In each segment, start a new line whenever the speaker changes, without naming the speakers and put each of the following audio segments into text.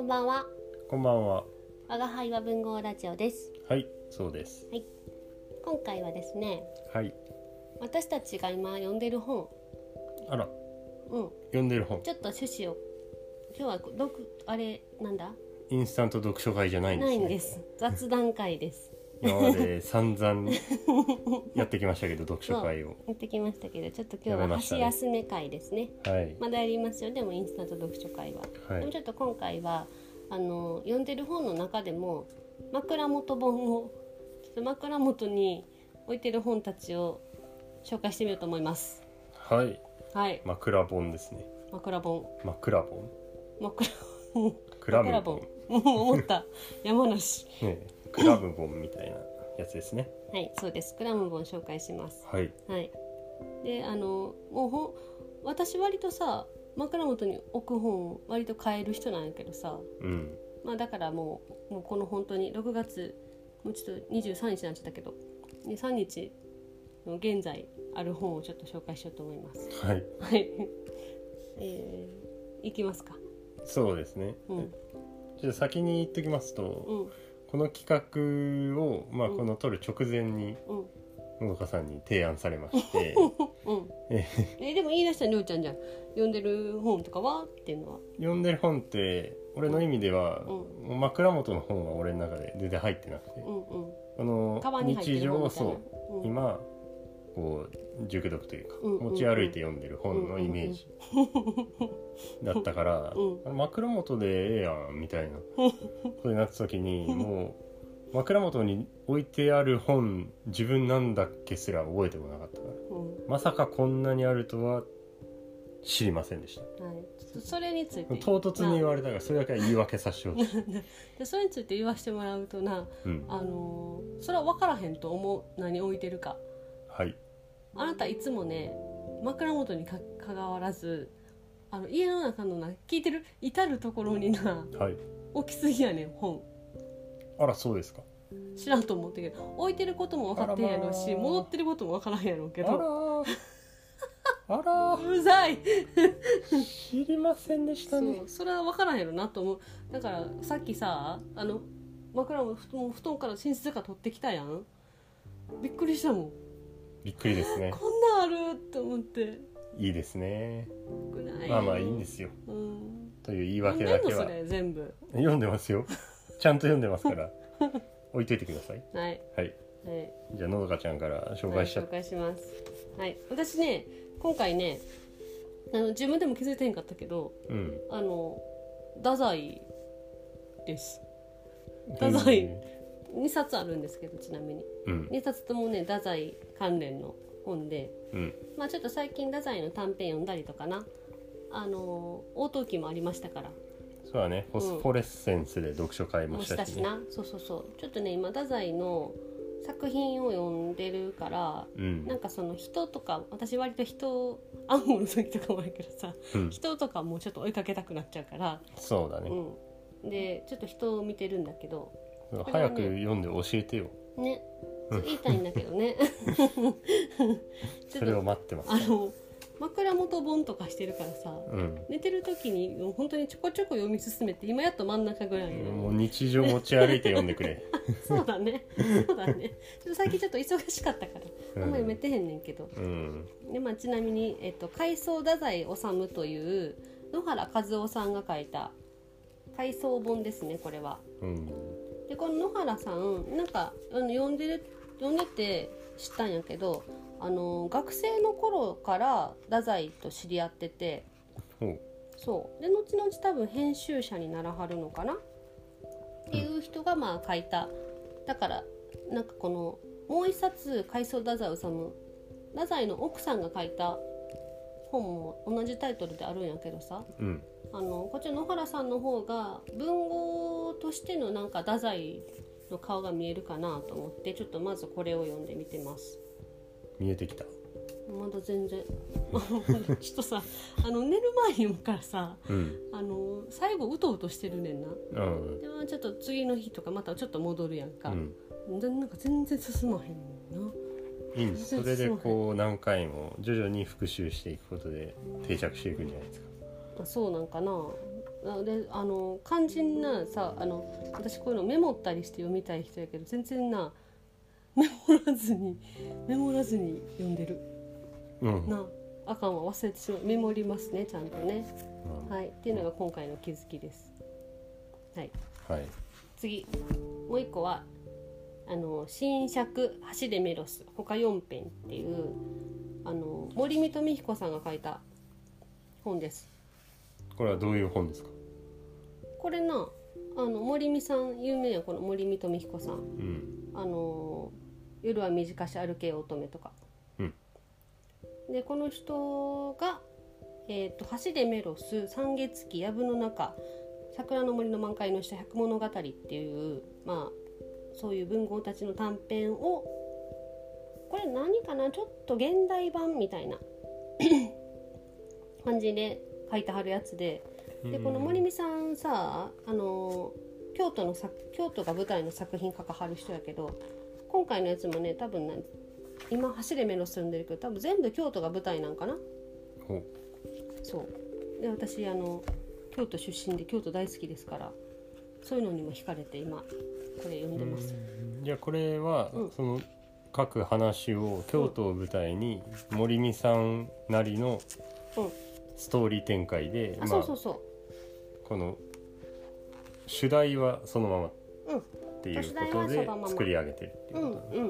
んばんは。
こんばんは。
我が輩は文豪ラジオです。
はい、そうです。
今回はですね、
はい。
私たちが今読んでる本、
あら、
うん、
読んでる本。
ちょっと趣旨を今日はこ読あれなんだ、
インスタント読書会じゃないんです、
な
ね。
いんです。雑談会です。
今まで 散々やってきましたけど、読書会を。
行ってきましたけど、ちょっと今
やめ
日は
ました
箸
ね
休め会ですね。
はい。
まだやりますよ。でもインスタント読書会は。
は
でも
い。
ちょっと今回はあの読んでる本の中でも枕元本をちょっと枕元に置いてる本たちを紹介してみようと思います。
はい。
はい、
枕本ですね。
枕本、
枕本。
枕本、
クラブ
枕
本
本。。もう思った山梨。
ねえ、クラブ本みたいなやつですね。
はい、そうです。クラム本紹介します。
はい。
はい。で、あのもう本私割とさ枕元に置く本割と買える人なんやけどさ、
うん。
まあだからもうもうこの本当に6月もうちょっと23日になっちゃったけど23日の現在ある本をちょっと紹介しようと思います。
はい。
はい。 えー、いきますか。
そうですね。
うん
じゃあ先に言っときます
う
と、
ん
この企画を、まあ、
うん
この撮る直前に、
うん
のどかさんに提案されま して、
うん。
え
え でも言い出したりょうちゃんじゃん。読んでる本とかはっていうのは。
読んでる本って俺の意味では、
う
もう枕元の本は俺の中で全然入ってなくて、
うんうん。
あの
カバンに入って
日
る本
常
みたいな。
そうう、今こう熟読というか、
うんうんうん
持ち歩いて読んでる本のイメージ、 だったから、
うん
あの枕元でええやんみたいなことになった時にもう枕元に置いてある本自分なんだっけすら覚えてもなかったから
うん。
まさかこんなにあるとは知りませんでした
はい。ちょっとそれについて。
唐突に言われたからそれだけは言い訳させてほしい、
でそれについて言わしてもらうとな、
うん、
あのーそれは分からへんと思う何置いてるか
はい
あなたいつもね枕元にかかわらずあの家の中のな聞いてる至る所にな
はい
置きすぎやねん本
あらそうですか
知らんと思ってけど置いてることも分かってへんやろう
あら
し
まあ
戻ってることも分からへんやろう
あ
け
ら
ど
ーあらー
うるさい
知りませんでし
そ
たね
うそれは分からへんやろなと思うだからさっきさあの枕も布団布団から寝室から取ってきたやんびっくりしたもん
びっくりですね
こんなんあると思って
いいですね
少ない
まあまあいいんですよ
うん
という言い
読ん
訳
で
だ
んの
け
そ
は
れ全部
読んでますよちゃんと読んでますから置いといてください
はい
はい
はい
じゃあのどかちゃんから紹介しちゃっ
はい、紹介しますはい私ね今回ねあの自分でも気づいてへんかったけど
うん
あの太宰です太宰2冊あるんですけどちなみに
うん
2冊ともね太宰関連の本で
うん
まあちょっと最近太宰の短編読んだりとかなあの応答記もありましたから
そうだねフォスフォレッセンスで読書会も
も
し
したた
し
し
ね
なそうそうそうちょっとね今太宰の作品を読んでるから
うん
なんかその人とか私割と人暗号の時とかもあるけどさ
うん
人とかもうちょっと追いかけたくなっちゃうから、
そうだね
うん、でちょっと人を見てるんだけどね
早く読んで教えてよ
ね
うん
言いたいんだけどねち ょ
そ れ
っ
を
と
待ってます
あの枕元本とかしてるからさ
うん
寝てる時にもう本当にちょこちょこ読み進めて今やっと真ん中ぐらいなの
もう日常持ち歩いて読んで くれ、
そうだねそうだねちょっと最近ちょっと忙しかったから
うん、
あんま読めてへんねんけど、
うん
でまあ、ちなみに、えっと「海藻太宰治」という野原和夫さんが書いた海藻本ですねこれは。
うん
でこの野原さんなんかあの読んでる読んでて知ったんやけどあの学生の頃から太宰と知り合ってて
ほ
そうで後々多分編集者にならはるのかなっていう人がまあ書いただからなんかこのもう一冊「海藻太宰治」太宰の奥さんが書いた本も同じタイトルであるんやけどさ
ううん
あのこっちの野原さんの方が文豪としてのなんか太宰の顔が見えるかなと思ってちょっとまずこれを読んでみてます。
見えてきた
まだ全然 ちょっとさあの寝る前に読むからさ
うん
あの最後うとうとしてるねんな
うん
でまあちょっと次の日とかまたちょっと戻るやん
う
か、
ん
でなんか全然進まへんねんない
いんですそれでこう何回も徐々に復習していくことで定着していくんじゃないですか
あそうなんかなあであの肝心なさあの私こういうのメモったりして読みたい人やけど全然なメモらずにメモらずに読んでる
うん、
なあかんわ忘れてしまうメモりますねちゃんとね
うん
はいっていうのが今回の気づきですはい
はい
次もう一個はあの新作「橋でメロス」他4編っていうあの森見と美彦さんが書いた本です
これはどういう本ですか
これなあの森見さん有名やんこの森見と美彦さん
うん
あのー夜は短し歩けよ乙女」とか、
うん
でこの人が「えー、と橋でメロス」「三月期」「藪の中」「桜の森の満開の下」「百物語」っていうまあそういう文豪たちの短編をこれ何かなちょっと現代版みたいな 感じで書いてはるやつででこの森美さんさあの京都のさ京都が舞台の作品書かはる人やけど今回のやつもね多分ね今走れメロスんでるけど多分全部京都が舞台なんかな
ほ
そうで私あの京都出身で京都大好きですからそういうのにも惹かれて今これ読ん
う
でます、
うんじゃあこれは、
うん
その書く話を京都を舞台に森美さんなりの
うん
ストーリー展開で、
あそうそうそ
この主題はそのままっ
うん
ていう
主題
こ
は
と
そ
で
のまま
作り上げてるっていうう
うん
ことだね
うん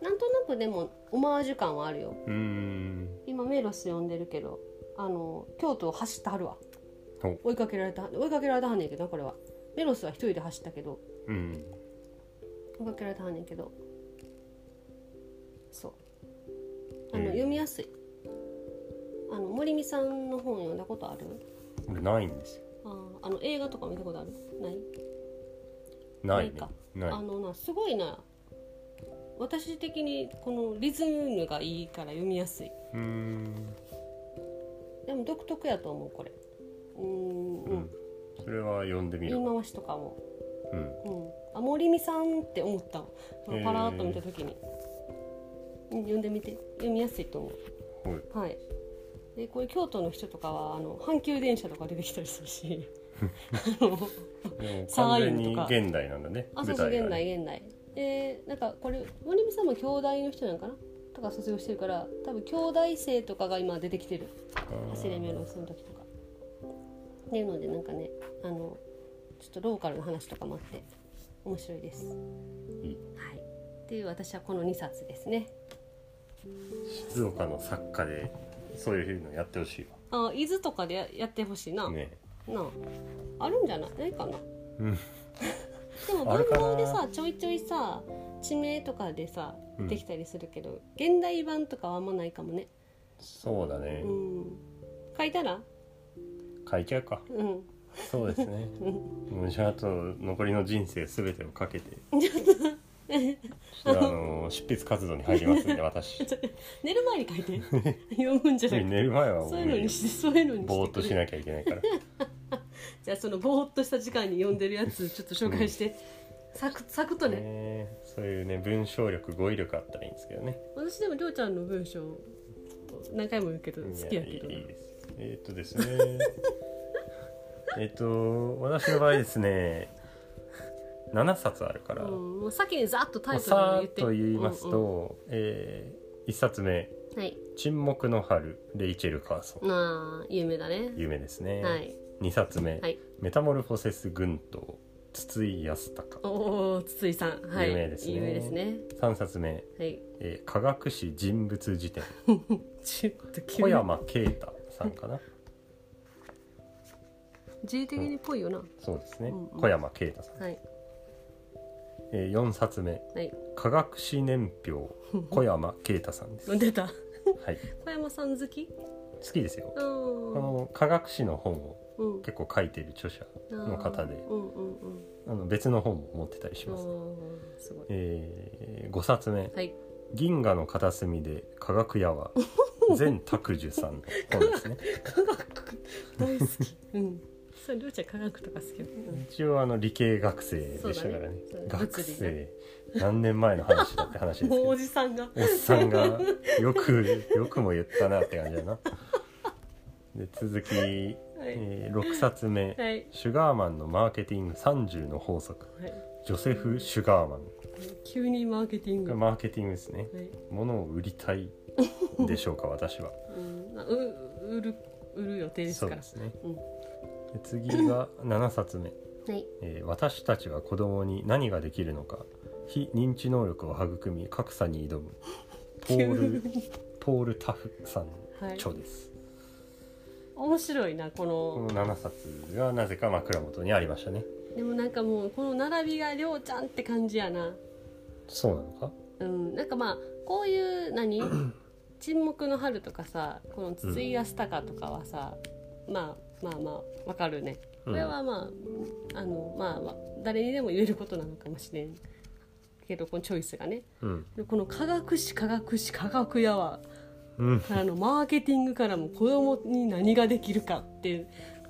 なんとなくでもオマージュ感はあるよ
うーん
今メロス読んでるけどあの京都を走ってはるわ
お
追いかけられた追いかけられたはんねんけどなこれはメロスは一人で走ったけど
うん
追いかけられたはんねんけどそうあ
うん
の、読みやすいあの森美さんの本読んだことある
俺ないんですよ
あーあの映画とか見たことあるない
ないね
ないか
ない
あのなすごいな私的にこのリズムがいいから読みやすいう
ーん
でも独特やと思うこれうーん
う
うん
んそれは読んでみる
言い回しとかも
うん
うん、あ森美さんって思ったわ
へー
パラーっと見た時に、うん読んでみて読みやすいと思
ほいう
はいでこれ京都の人とかはあの阪急電車とか出てきたりするしあの
でも
サ
完
ーイ
全
ンと
に
か
現代なんだね
あそうそう現
がね
代現代でなんかこれ森美さんも兄弟の人なんかなとか卒業してるから多分兄弟生とかが今出てきてる
あー
走れメロスの時とかっていうのでなんかねあのちょっとローカルの話とかもあって面白いです
いい
はい、っていう私はこの2冊ですね
静岡の作家でそういうのやってほしい
あ伊豆とかでややってほしいな、
わね
なああるんじゃないないかな
うん
でも
ある
文
かな
豪でさちょいちょいさ地名とかでさ
うん
できたりするけど、現代版とかはあんまないかもね
そうだね
うん書いたら
書いちゃうか
うん
そうですね
うん
もうじゃああと残りの人生すべてをかけてちょっとあの執筆活動に入りますんで私
寝る前に書いて 読むんじゃなくて
寝る前はもう
そういうのにしてそういうのにして
ぼーっとしなきゃいけないから
じゃあそのぼーっとした時間に読んでるやつちょっと紹介して、サクサクっとね、
ねそういうね文章力語彙力あったらいいんですけどね
私でもりょうちゃんの文章何回も言うけど好きや
い
けど
やいいいいですえーっとですねえーっと私の場合ですね7冊あるから、
うん、もう先にざっとタ
ま
イ
あ
トルを
さ
言っ
ーってと言います
うんうん
と、え1冊目
はい
「沈黙の春」レイチェル・カーソン
まあ有名だね
有名ですね、
はい
2冊目、
はい
メタモルフォセス群島筒井康隆
おお筒井さんはい
有名ですね
有名ですね
3冊目、
はい
えー科学史人物辞典
ちょっと急
小
に
山啓太さんかな
自由的にっぽいよな、
そうですね、
うんうん
小山啓太さん、
はい
え4冊目
はい
科学史年 表小山啓太さんです、
出た
はい、
小山さん好き
好きですよ
う
こ
ん
の科学史の本を
うん
結構書いている著者の方で
うんうんうん
あの別の本も持ってたりし
あ
ます、
ーすごい
え5冊目、
はい
銀河の片隅で科学屋は全拓樹さんの本ですね
科学大好き うんそうりょうちゃん科学とか好きよ、うん
一応あの理系学生でしたからね
そうだね
学
そうだね
生何年前の話だって話で すけ
もう
ど
おじさんが
おっさ んがよくよくも言ったなって感じだなで続き
はい
えー6冊目
はい
「シュガーマンのマーケティング30の法則
はい」
ジョセフ・シュガーマンこ
急にマーケティング
れ
は
マーケティングですね
い、
物を売りたいでしょうか私は
うん、なう売る売る予定です
そう
から
ですね、
うん
で次が7冊 目
はい
えー私たちは子供に何ができるのか非認知能力を育み格差に挑 むポールポール・タフさん
はい
著です、
面白いなこ
こ
の、
の7冊がなぜか枕元にありましたね
でもなんかもうこの並びがりょうちゃんって感じやな
そうなのか
うんなんかまあこういう 何沈黙の春とかさこの筒井康隆とかはさ、まあまあまあわかるねこれはまあ、あのまあまあ誰にでも言えることなのかもしれんけどこのチョイスがね
うん、
でこの科学史科学史科学やわ
うん、
からのマーケティングからも子供に何ができるかっていう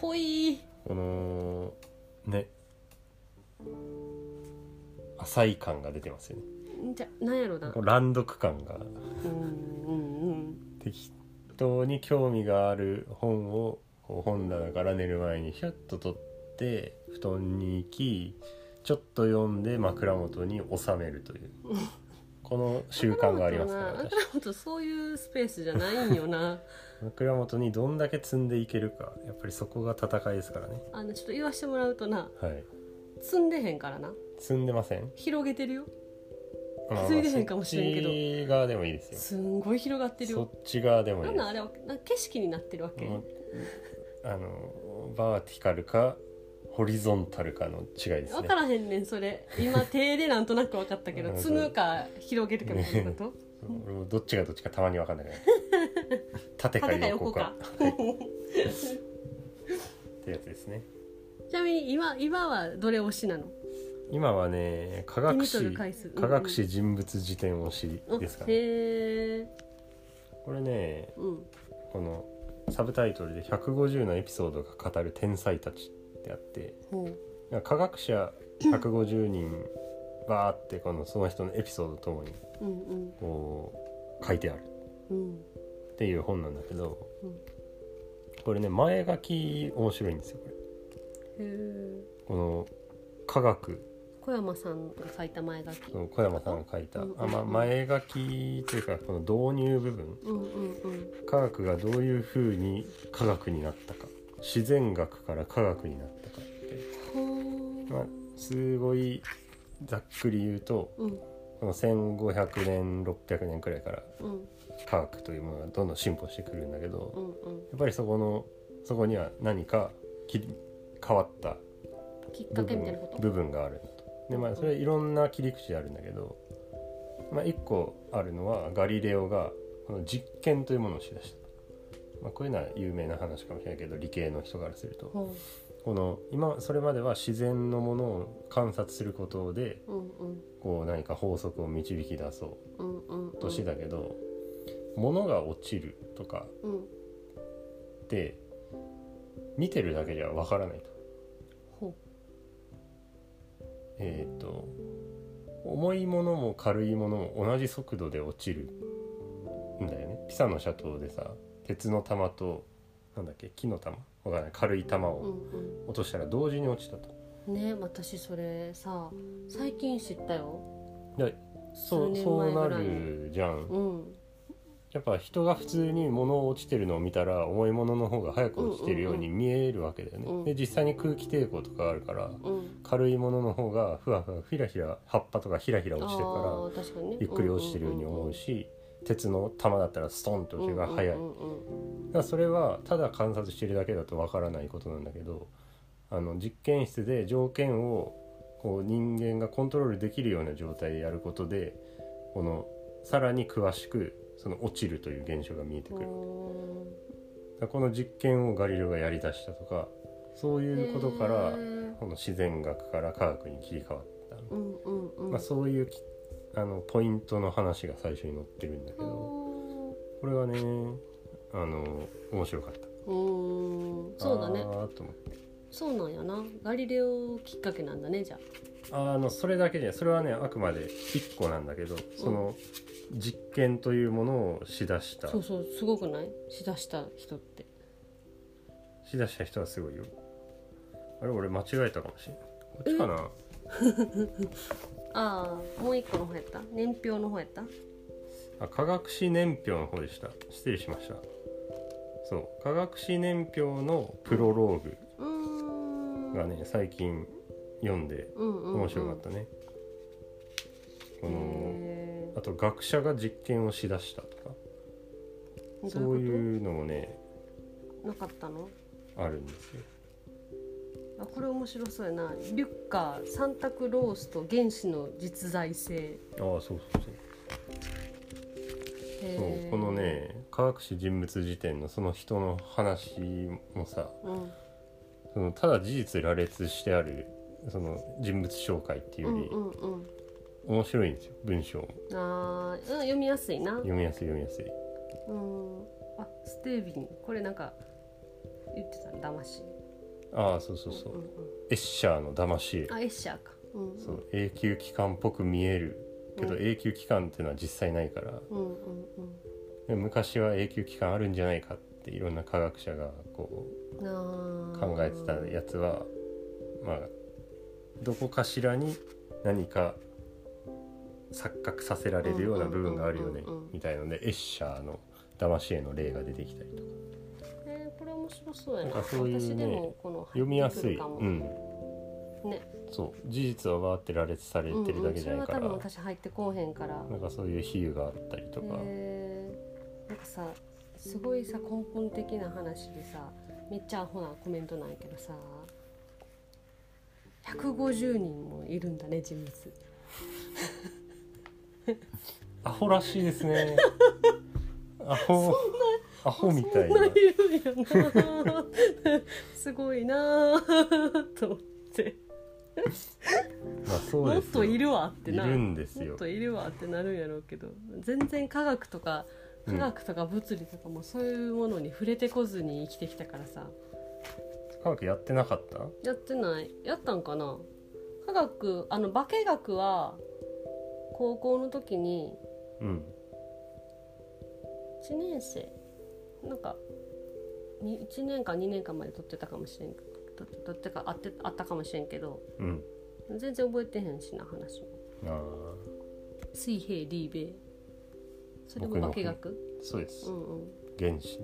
ぽい
このね浅い感が出てますよね
んじゃなんやろな
こう乱読感が
うんうんうん
適当に興味がある本をこう本棚から寝る前にひゃっと取って布団に行きちょっと読んで枕元に収めるというこの習慣がありますから
あん
私
たのこと そういうスペースじゃないんよな
枕元にどんだけ積んでいけるかやっぱりそこが戦いですからね
あのちょっと言わしてもらうとな
はい
積んでへんからな
積んでません
広げてるよ
まあまあ
積んでへんかもしれんけど
そっち側でもいいです
すんごい広がってる
よそ
よ
っち側でも
ない
い
ん
で
なんあれはなんか景色になってるわ
す
け、
もうあのバーティカルかホリゾンタルかの違いです
分
ね
からへんねんそれ今手でなんとなく分かったけど
うん
積むか広げるかみたいなこと
そう俺もどっちがどっちかたまに分かんない から縦か横かはいってやつですね
ちなみに今今はどれ推しなの
今はね科学
手に取
史
る回数うんうん
科学史人物辞典推し
あ
ですかね
へえ
これね
うん
このサブタイトルで「150のエピソードが語る天才たち」ってあって
ほう
科学者150人バーってこのその人のエピソードともに
うんうん
こう書いてある
うん
っていう本なんだけど、
うん
これね前書き面白いんですよこれ
へえ
この科学
小山さんが書いた前書き
の小山さんが書いた、
うん
あまあ、前書きというかこの導入部分
うんうんうん
科学がどういうふうに科学になったか自然学から科学になったかって、
ほ
まあ、すごいざっくり言うと
ううん
この1500年600年くらいから
うん
科学というものがどんどん進歩してくるんだけど、
うんうん
やっぱりそこのそこには何かき変わった
きっ
部
かけみたいな
分
こと
部分があるんだとでまあそれはいろんな切り口であるんだけど、まあ、一個あるのはガリレオがこの実験というものをしだした、まあ、こういうのは有名な話かもしれないけど理系の人からすると
ほ
この今それまでは自然のものを観察することで
ううんうん
こう何か法則を導き出そう
うんうんうん
としてたけど、物が落ちるとか
うん
って見てるだけじゃわからないと。
ほ
えー、と重いものも軽いものも同じ速度で落ちるんだよねピサの斜塔でさ鉄の玉となんだっけ木の玉わかんない軽い玉
うう
を
ん
落としたら同時に落ちたと、
うんね私それさ最近知ったよ
でそう
数年
そう
前
な
ぐらい
るじゃん
うん
やっぱ人が普通に物落ちてるのを見たら重いものの方が早く落ちてるように見えるわけだよね、
うん
で実際に空気抵抗とかあるから
うん
軽いものの方がふわふわひらひら葉っぱとかひらひら落ちてるから
あー確かにね
ゆっくり落ちてるように思うし鉄の玉だったらストンと落ちるが速いだ
う
か
んうんうんうん
らそれはただ観察してるだけだとわからないことなんだけどあの実験室で条件をこう人間がコントロールできるような状態でやることでこのさらに詳しくその落ちるという現象が見えてくるだか
うん
らこの実験をガリレオがやりだしたとかそういうことか
へ
ら
ー
この自然学から科学に切り替わったの
うんうんうん
まあ、そういうきあのポイントの話が最初に載ってるんだけどこれはねあの面白かった
うんそうだね
あーと思って
そうなんやなガリレオきっかけなんだねじゃ
あのそれだけじゃないそれはねあくまで1個なんだけどその実験というものをしだした
あそうそうすごくないしだした人って
しだした人はすごいよあれ俺間違えたかもしれないこっちかな
ああもう一個の方やった年表の方やった
あ科学史年表の方でした失礼しましたそう科学史年表のプロローグ
うーん
がね最近読んで
うんうんうん
面白かったね、こ
へ
のあと学者が実験をしだしたとか
ー
そう
どういう
いうのもね
ことなかったの
あるんですよ
あこれ面白そうやなリュッカー三択ロースと原子の実在性
ああそうそうそう
へ
そう
ー
このね科学史人物辞典のその人の話もさ
うん
そのただ事実羅列してあるその人物紹介っていう
う
よ
ん
り
うんうん
面白いんですよ文章も
あーうん読みやすいな
読みやすい読みやすい
うんあステービンこれなんか言ってたの騙し
ああそうそうそう、
んん
エッシャーの騙し絵
あエッシャーかうん
そう永久期間っぽく見えるけど
うん
永久期間っていうのは実際ないから
うんうんうん
で昔は永久期間あるんじゃないかっていろんな科学者がこう考
考
えてたやつはまあどこかしらに何か錯覚させられるような部分があるよね
うんうんうんうんうん
みたいのでエッシャーの騙し絵の例が出てきたりとか
えー、これ面白そうやな
なんかそういうね
私でもこの
読みやす
入ってく
い、
るかも
うん、
ね
そう事実はわーって羅列されてるだけじゃないから、
うんうん、それは多分私入ってこうへんから
なんかそういう比喩があったりとか、
えー、なんかさすごいさ根本的な話でさめっちゃアホなコメントなんやけどさ150人もいるんだね人物
アホらしいで すね。アホ。アホみたい
そん
な
な。いるんやな すごいなぁと思って
まあ、そう
も
で
っ
すよ
といるわって
い
な
るんです
も
よ
っ。といるわってなるんやろうけど全然科学とか
う
科
ん
学とか物理とかもそういうものに触れてこずに生きてきたからさ
科学やってなかった。
やってないやったんかな科学あの化学は高校の時に
うん。
1年生なんかに1年か2年間まで取ってたかもしれんと取ってかあってあったかもしれんけど
うん。
全然覚えてへんしな話も
ああ。
水平リーベイそれ
僕
も
の
化学
そうで
う
す。
んうん
原子。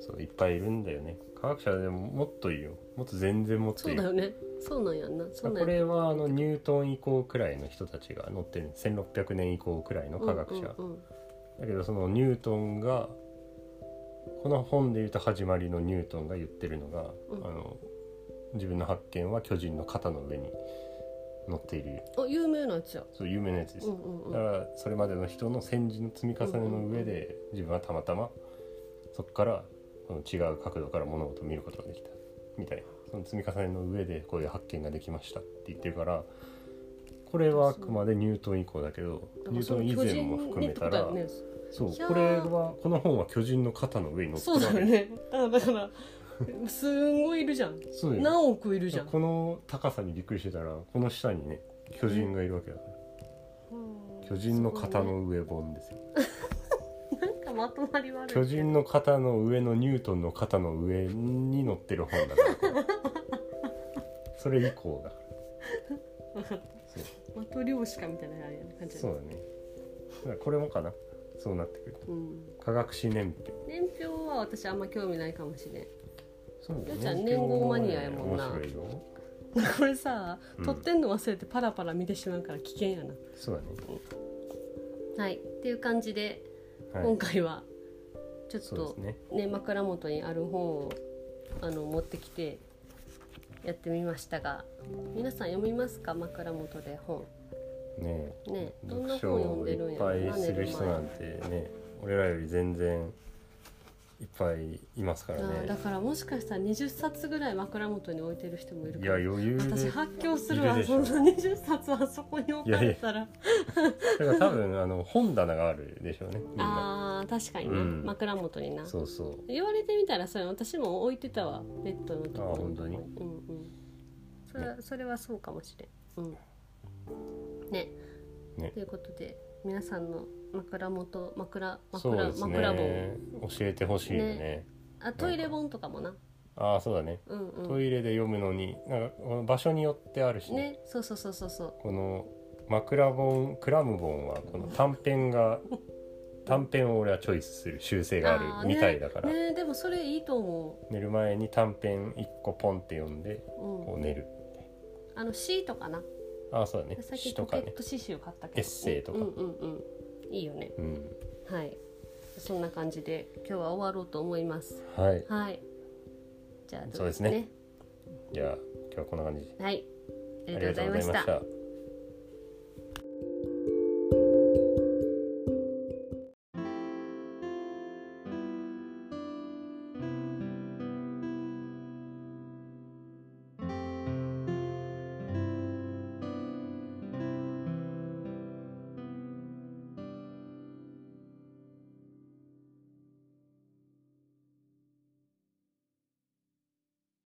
そう、いっぱいいるんだよね。科学者でも、もっといいよ。もっと全然もっと
そ
いうい
だ。よねそうなんやんなそ
ま
う
あ
なん
こ
や
れはあのニュートン以降くらいの人たちが載ってる1600年以降くらいの科学者、
うんうんうん
だけどそのニュートンがこの本でいうと始まりのニュートンが言ってるのが、
うん
あの自分の発見は巨人の肩の上に乗っている
あ有名なやつや
そう有名なやつです、
うんうんうん
だからそれまでの人の先人の積み重ねの上で自分はたまたまそこからこの違う角度から物事を見ることができたみたいなその積み重ねの上でこういう発見ができましたって言ってるからこれはあくまでニュートン以降だけど
だから
ニュート
そ
ン
の
以
巨
前
人
も含めた
にって
ら
こと。やね
そう
いやー
これはこの本は巨人の肩の上に乗って
そうだよ
け
ねあだからすんごいいるじゃん
そうだよね
何億いるじゃん
この高さにびっくりしてたらこの下にね巨人がいるわけだから、巨人の肩の上本ですよ、
なんかまとまり悪い
巨人の肩の上のニュートンの肩の上に乗ってる本だからそれ以降だから
マトリョーシカみたいな感じだね
そうだねだからこれもかなそうなってくると
うん
科学史年表
年表は私あんま興味ないかもしれん
そうだね
よっちゃん年号マニアやもんな
面白いよ
これさ、
うん
撮ってんの忘れてパラパラ見てしまうから危険やな
そう
はいっていう感じで
だねはい
今回はちょっ
そう
と
です
ね
ね
枕元にある本をあの持ってきてやってみましたが皆さん読みますか枕元で本
ねえ
ねどんな
読
本
書
読ん
を
で
い
るん
っ
や
ぱ
ろ
いする人なん
ん
てね俺らより全然いっぱいいますからね
だからもしかしたら20冊ぐらい枕元に置いてる人もいる
い
か
や
ら
余裕で
私
だか
発狂するわ
いるでし
そ
ょ
んな20冊あそこに置かれたら
ら多分あの本棚があるでしょうねみんな
あー確かにな、
うん
枕元にな
そうそう
言われてみたらそれ私も置いてたわベッドのところ
あ本当に
うんうんそれそれはそうかもしれんうんね
ね
ということで皆さんの枕元枕
そう
枕、
です
枕
ね
本
教えてほしいよね
ねあトイレ本とかもな
ああそうだね
うん
ト
う
イレで読むのになんかこの場所によってあるし
んねそうそうそうそうそう
この枕本クラム本はこの短編 が短編を俺はチョイスする習性が
ー
あるみたいだから、
ねねでもそれいいと思
寝る前に短編1個ポンって読ん
う、
で
う
こ
ん、
う寝る
あの詩とかな
ああそうだね
最
詩
近
と
ポ
か
ケッ
ね
ト詩集買ったけど
エッセイとか
うんうんうんいいよね
うん
はいそんな感じで今日は終わろうと思います
はい
はいじゃあ
そうですねじゃあ今日はこんな感じ
はいありがとうございました
ありがとうございました